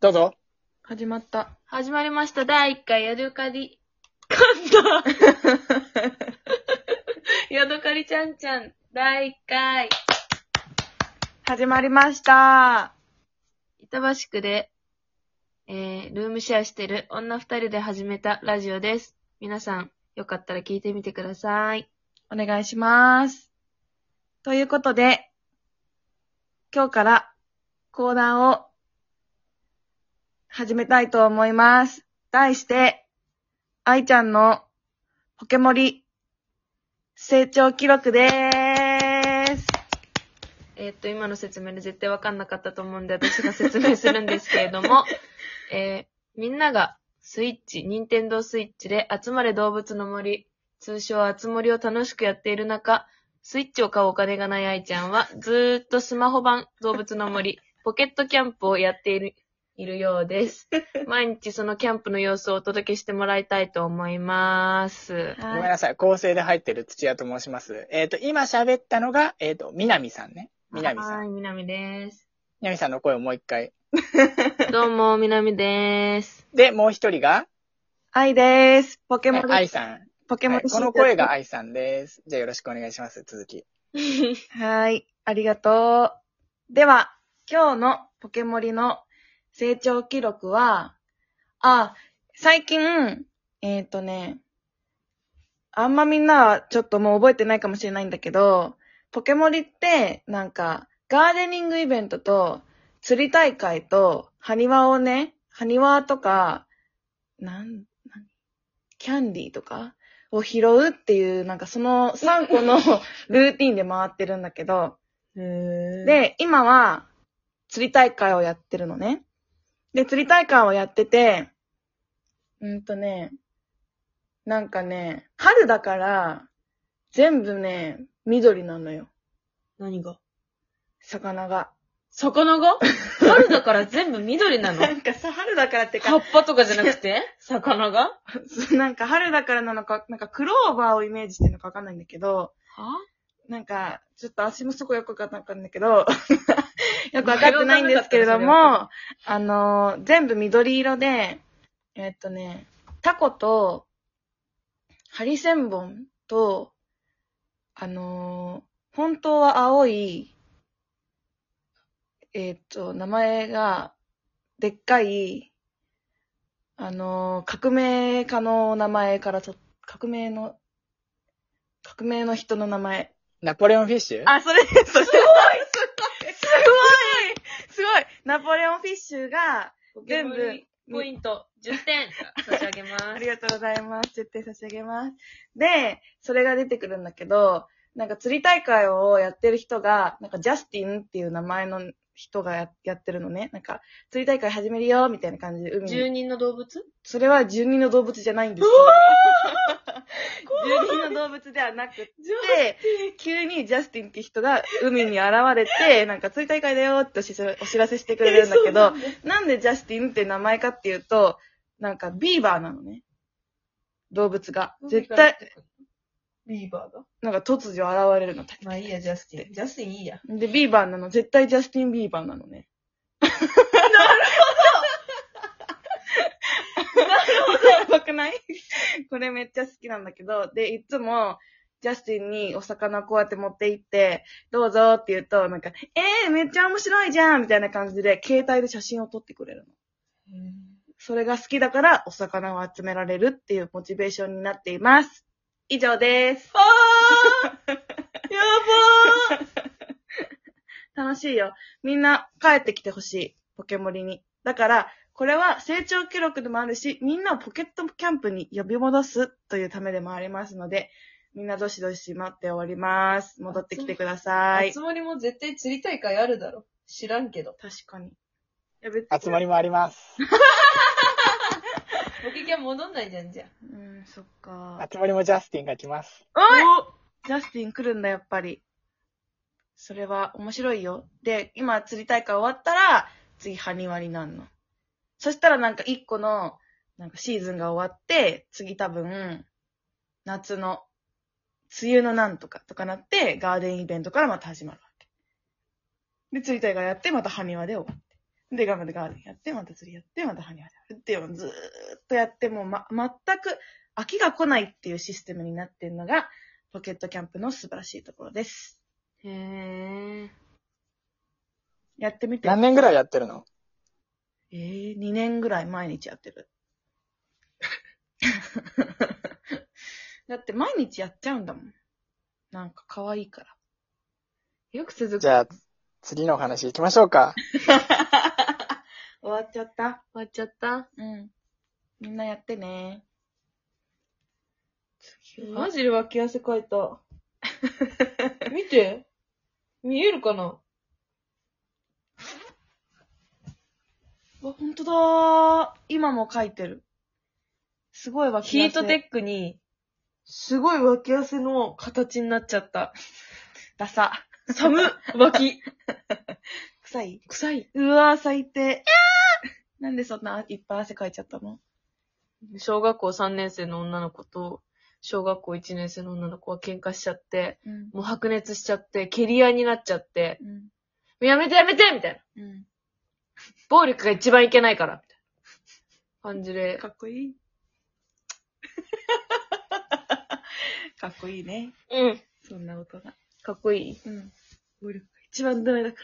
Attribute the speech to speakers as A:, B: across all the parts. A: どうぞ。
B: 始まった。
C: 始まりました。第1回ヤドカリ。 噛んだヤドカリちゃんちゃん、第1回。
B: 始まりました。
C: 板橋区で、えー、ルームシェアしてる女2人で始めたラジオです。皆さん、よかったら聞いてみてください。
B: お願いします。ということで、今日から講談を始めたいと思います。題して、愛ちゃんのポケモリ成長記録でーす。
C: えーっと、今の説明で絶対わかんなかったと思うんで、私が説明するんですけれど も、えーみんながスイッチ、任天堂スイッチで集まれ動物の森、通称集まりを楽しくやっている中、スイッチを買うお金がない愛ちゃんは、ずーっとスマホ版動物の森、ポケットキャンプをやっている、いるよう です。毎日そのキャンプの様子をお届けしてもらいたいと思います。
A: ごめん
B: は
A: なさい。構成で入ってる土屋と申します。えっ、と、今喋ったのが、えっ、と、南さんね。南さ
C: は
A: ん。
C: い、みなみです。
A: 南さんの声をもう一回。
C: どうも、みなみです。
A: で、もう一人が、
B: 愛でーす。ポケモ
A: はい愛
B: リ、
A: さん。
B: ポケモ
A: はい
B: リ、
A: この声が。愛さんです。じゃあよろしくお願いします。続き。
B: はい、ありがとう。では、今日のポケモリの成長記録は、あ、最近、えっ、とね、あんまみんなはちょっともう覚えてないかもしれないんだけど、ポケモリって、なんか、ガーデニングイベントと、釣り大会と、埴輪をね、埴輪とか、なん、なんキャンディーとかを拾うっていう、なんかその3個のルーティンで回ってるんだけど、
C: で、
B: で、今は、釣り大会をやってるのね。で、釣り大会をやってて、うんとね、なんかね、春だから、全部ね、緑なのよ、
C: 何が
B: 魚が。
C: 魚が春だから全部緑な の
B: なんかさ、春だからって
C: 葉
B: か、
C: っぱとかじゃなくて魚がは
B: なんか春だからなのか、なんかクローバーをイメージしてるのかわかんないんだけど、なんか、ちょっと足もすごいよくわかんなかったんだ けど、よくわかってないんですけれども、あのー全部緑色で、えっとね、タコと、ハリセンボンと、あのー本当は青い、えっと、名前が、でっかい、あのー革命家の名前からと、革命の、革命の人の名前。
A: ナポレオンフィッシュ
B: あ、そ れ、それ。すごいすごいすごいすごいナポレオンフィッシュが、全部
C: ポイント10点差し上げま
B: あ
C: す
B: り。がとうございます。10点差し上げます。で、それが出てくるんだけど、なんか釣り大会をやってる人が、なんかジャスティンっていう名前の人がややってるのね。なんか、釣り大会始めるよ、みたいな感じで海に
C: 住人の動物
B: それは住人の動物じゃないんですよ。住人の動物ではなくて、急にジャスティンって人が海に現れて、なんか釣り大会だよってお知らお知らせしてくれるんだけど、なんでジャスティンって名前かっていうと、なんかビーバーなのね。動物が。絶対、。
C: ビーバーが。
B: なんか突如現れるの。
C: まあいいや、ジャスティン。ジャスティンいいや。
B: で、ビーバーなの。絶対ジャスティン・ビーバーなのね。なるほどなるほどやばくないこれめっちゃ好きなんだけど、で、いつも、ジャスティンにお魚こうやって持って行って、どうぞって言うと、なんか、えー、めっちゃ面白いじゃんみたいな感じで、携帯で写真を撮ってくれるの。それが好きだから、お魚を集められるっていうモチベーションになっています。以上です。
C: や
B: 楽しいよ。みんな帰ってきてほしい。ポケモリに。だから、これは成長記録でもあるし、みんなをポケットキャンプに呼び戻すというためでもありますので、みんなどしどし待っております。戻ってきてくださ
C: ば
B: い
C: つ。森も絶対釣り大会あるだろ。知らんけど。
B: 確かに。いや、別
A: 集まりもあ ります。
C: ポケキャン戻んないじゃん、じゃ
B: うん、そっか。
A: 集まりもジャスティンが来ます。
B: おジャスティン来るんだ、やっぱり。それは面白いよ。で、今釣り大会終わったら、次、ハニワになるの。そしたらなんか一個の、なんかシーズンが終わって、次多分、夏の、梅雨のなんとかとかなって、ガーデンイベントからまた始まるわけ。で、釣り大会やって、またハニワで終わって。で、ガーデンガーデンやって、また釣りやって、またハニワニやるっていう、ずーっとやって、もうま、全く飽きが来ないっていうシステムになってるのが、ポケットキャンプの素晴らしいところです。
C: へえ。
B: やってみて。
A: 何年ぐらいやってるの
B: えー、2年ぐらい毎日やってる。 だって毎日やっちゃうんだもん。なんか可愛いから。
C: よく続く。
A: じゃあ、次のお話行きましょうか。
B: 終わっちゃった。
C: 終わっちゃった。
B: うん。みんなやってね。次は
C: マジで脇汗かいた。見て。見えるかな
B: わ、ほんとだー。今も書いてる。すごいわ、
C: ヒート
B: で
C: テックに、すごい脇汗の形になっちゃった。
B: ダサ。
C: 寒、脇。
B: 臭い
C: 臭い。
B: うわー、最低。 なんでそんないっぱい汗かいちゃったの
C: 小学校3年生の女の子と、小学校1年生の女の子は喧嘩しちゃって、
B: うん。
C: もう白熱しちゃって、蹴り合いになっちゃって、
B: うん。
C: やめてやめてみたいな。
B: うん。
C: 暴力が一番いけないから。みたいな感じで
B: か、っこい い。かっこいいね。
C: うん。
B: そんな音が。
C: かっこいい。
B: うん。暴力が一番ダメだか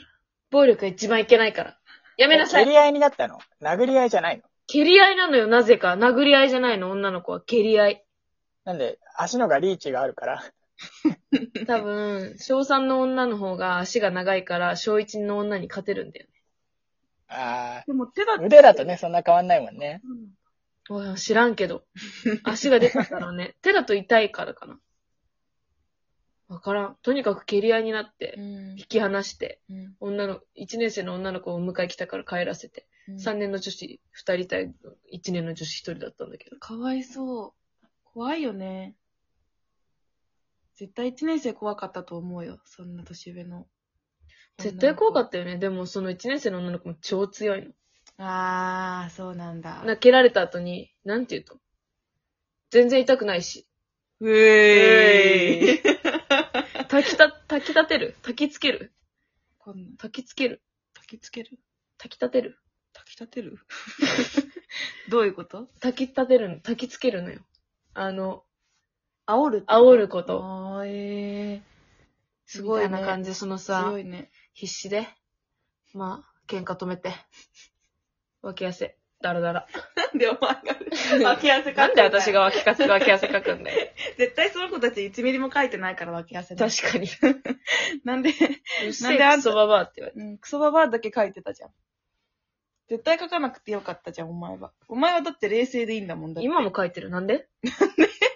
C: 暴力が一番いけないから。やめなさ
A: え
C: い
A: 蹴り合いになったの殴り合いじゃないの
C: 蹴り合いなのよ、なぜか。殴り合いじゃないの、女の子は。蹴り合い。
A: なんで、足のがリーチがあるから。
C: 多分、小3の女の方が足が長いから、小1の女に勝てるんだよね。
A: あ
B: ら。でも手だ
A: ー、腕だとね、そんな変わんないもんね。
B: うん
C: おい知らんけど。足が出たからね。手だと痛いからかな。わからん。とにかく蹴り合いになって、
B: うん
C: 引き離して、
B: うん。
C: 女の、1年生の女の子を迎え来たから帰らせて、3年の女子2人対1年の女子1人だったんだけど。
B: かわいそう。怖いよね。絶対一年生怖かったと思うよ。そんな年上の。
C: 絶対怖か
B: た
C: ったよね。でも、その1年生の女の子も超強いの。。
B: あー、そうなんだ。
C: な、蹴られた後に、なんて言うと。全然痛くないし。
B: うえーい。
C: 炊きた、炊き立てる炊きつける
B: こんな、
C: 炊きつける
B: 炊きつける
C: 炊き立てる
B: 炊き立てる どういうこと
C: 炊き立てるの炊きつけるのよ。あの、
B: 煽る
C: 煽ること。
B: あーえー。
C: すご
B: み
C: い
B: た
C: ない
B: な
C: 感
B: 感
C: じ、そのさ
B: 強、いね。
C: 必死で。まあ、喧嘩止めて。脇汗。だらだら。
B: なんでお前
C: が
B: 脇汗
C: なんで私
B: が。
C: が脇汗、脇汗かくんだよ。
B: 絶対その子たち1ミリも書いてないから脇汗なんて。
C: 確か に。
B: なんで、
C: うっせ
B: な
C: え
B: んであんた
C: クソババアって言われて。
B: うん、クソババアだけ書いてたじゃん。絶対書かなくてよかったじゃん、お前は。お前はだって冷静でいいんだもんだって。
C: 今も書いてる。なんで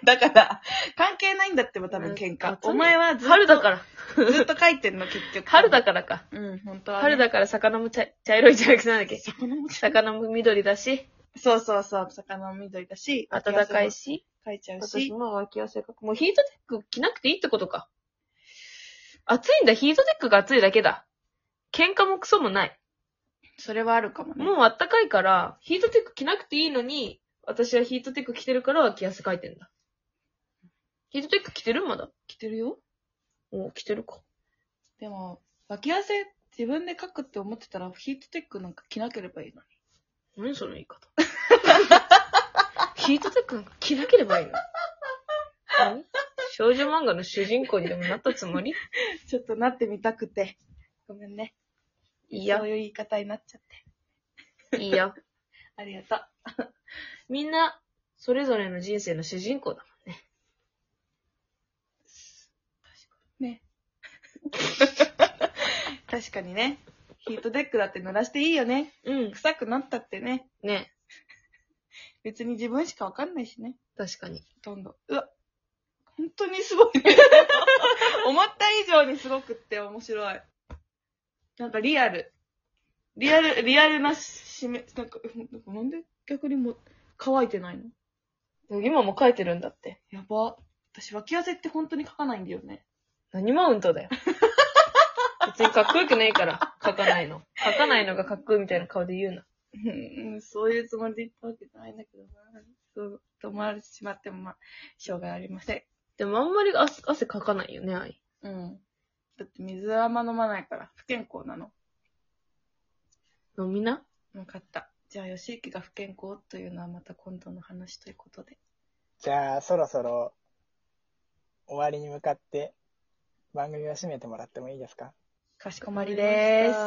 B: だから、関係ないんだってば多分喧
C: あ
B: 嘩。
C: そう
B: お前はずっと
C: 春だから。
B: ずっと書いてんの、結局。
C: 春だからか。
B: うん、本当は、ね。
C: 春だから魚も茶茶色いじゃなくてなんだっけ
B: 魚もち
C: 魚も緑だし、
B: そうそうそう、魚も緑だし、
C: 暖かい。し。
B: 書いちゃう
C: 私
B: し。
C: も脇汗かく。もうヒートテック着なくていいってことか。暑いんだ、ヒートテックが暑いだけだ。喧嘩もクソもない。
B: それはあるかもね。
C: もうあったかいから、ヒートテック着なくていいのに、私はヒートテック着てるから脇汗かいてんだ。ヒートテック着てるまだ。
B: 着てるよ。
C: おう着てるか。
B: でも、脇汗自分で書くって思ってたら、ヒートテックなんか着なければいいのに。
C: 何その言い 方。ヒートテックなんか着なければいいの。何少女漫画の主人公にでもなったつもり
B: ちょっとなってみたくて。ごめんね。
C: いい
B: そ
C: よ
B: う。いう言い方になっちゃって。
C: いいよ。
B: ありがとう。
C: みんな、それぞれの人生の主人公だ。
B: ね。確かにね。ヒートテックだって濡らしていいよね。
C: うん。
B: 臭くなったってね。
C: ね。
B: 別に自分しかわかんないしね。
C: 確かに。
B: ほとんど。うわ。本当にすご いね。思った以上にすごくって面白い。なんかリアル。リアル、リアルなしめ、なんか、うんなんで逆にもう乾いてないの
C: 今も書いてるんだって。
B: やば。私、脇汗って本当に書かないんだよね。
C: 何マウント だよ。別にかっこよくねえから、書かないの。書かないのがかっこいいみたいな顔で言うな。
B: うん、そういうつもりで言ったわけじゃないんだけどな。そう、止まれてしまっても、まあ、しょうがありません。
C: でもあんまり汗汗かかないよね、愛。
B: うん。だって水はあんま飲まないから、不健康なの。
C: 飲みな
B: わかった。じゃあ、吉行が不健康というのはまた今度の話ということで。
A: じゃあ、そろそろ、終わりに向かって、番組を締めてもらってもいいですか
B: かしこまりです。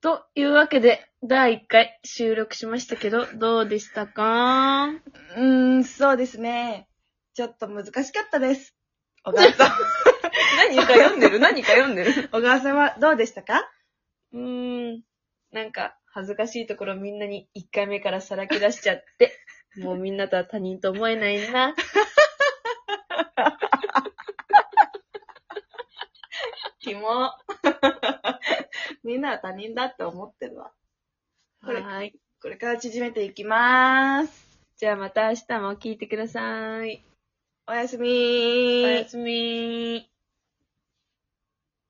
C: というわけで、第1回収録しましたけど、どうでしたか
B: うーん、そうですね。ちょっと難しかったです。小川さん、
C: 何か読んでる何か読ん でる
B: 小川さんはどうでしたか
C: うーん。なんか、恥ずかしいところみんなに1回目からさらけ出しちゃって、もうみんなとは他人と思えないな。
B: キモ。 みんなは他人だって思ってるわ。これ
C: はい。
B: これから縮めていきまーす。
C: じゃあまた明日も聞いてください。
B: おやすみ
C: お
B: ー
C: やすみー。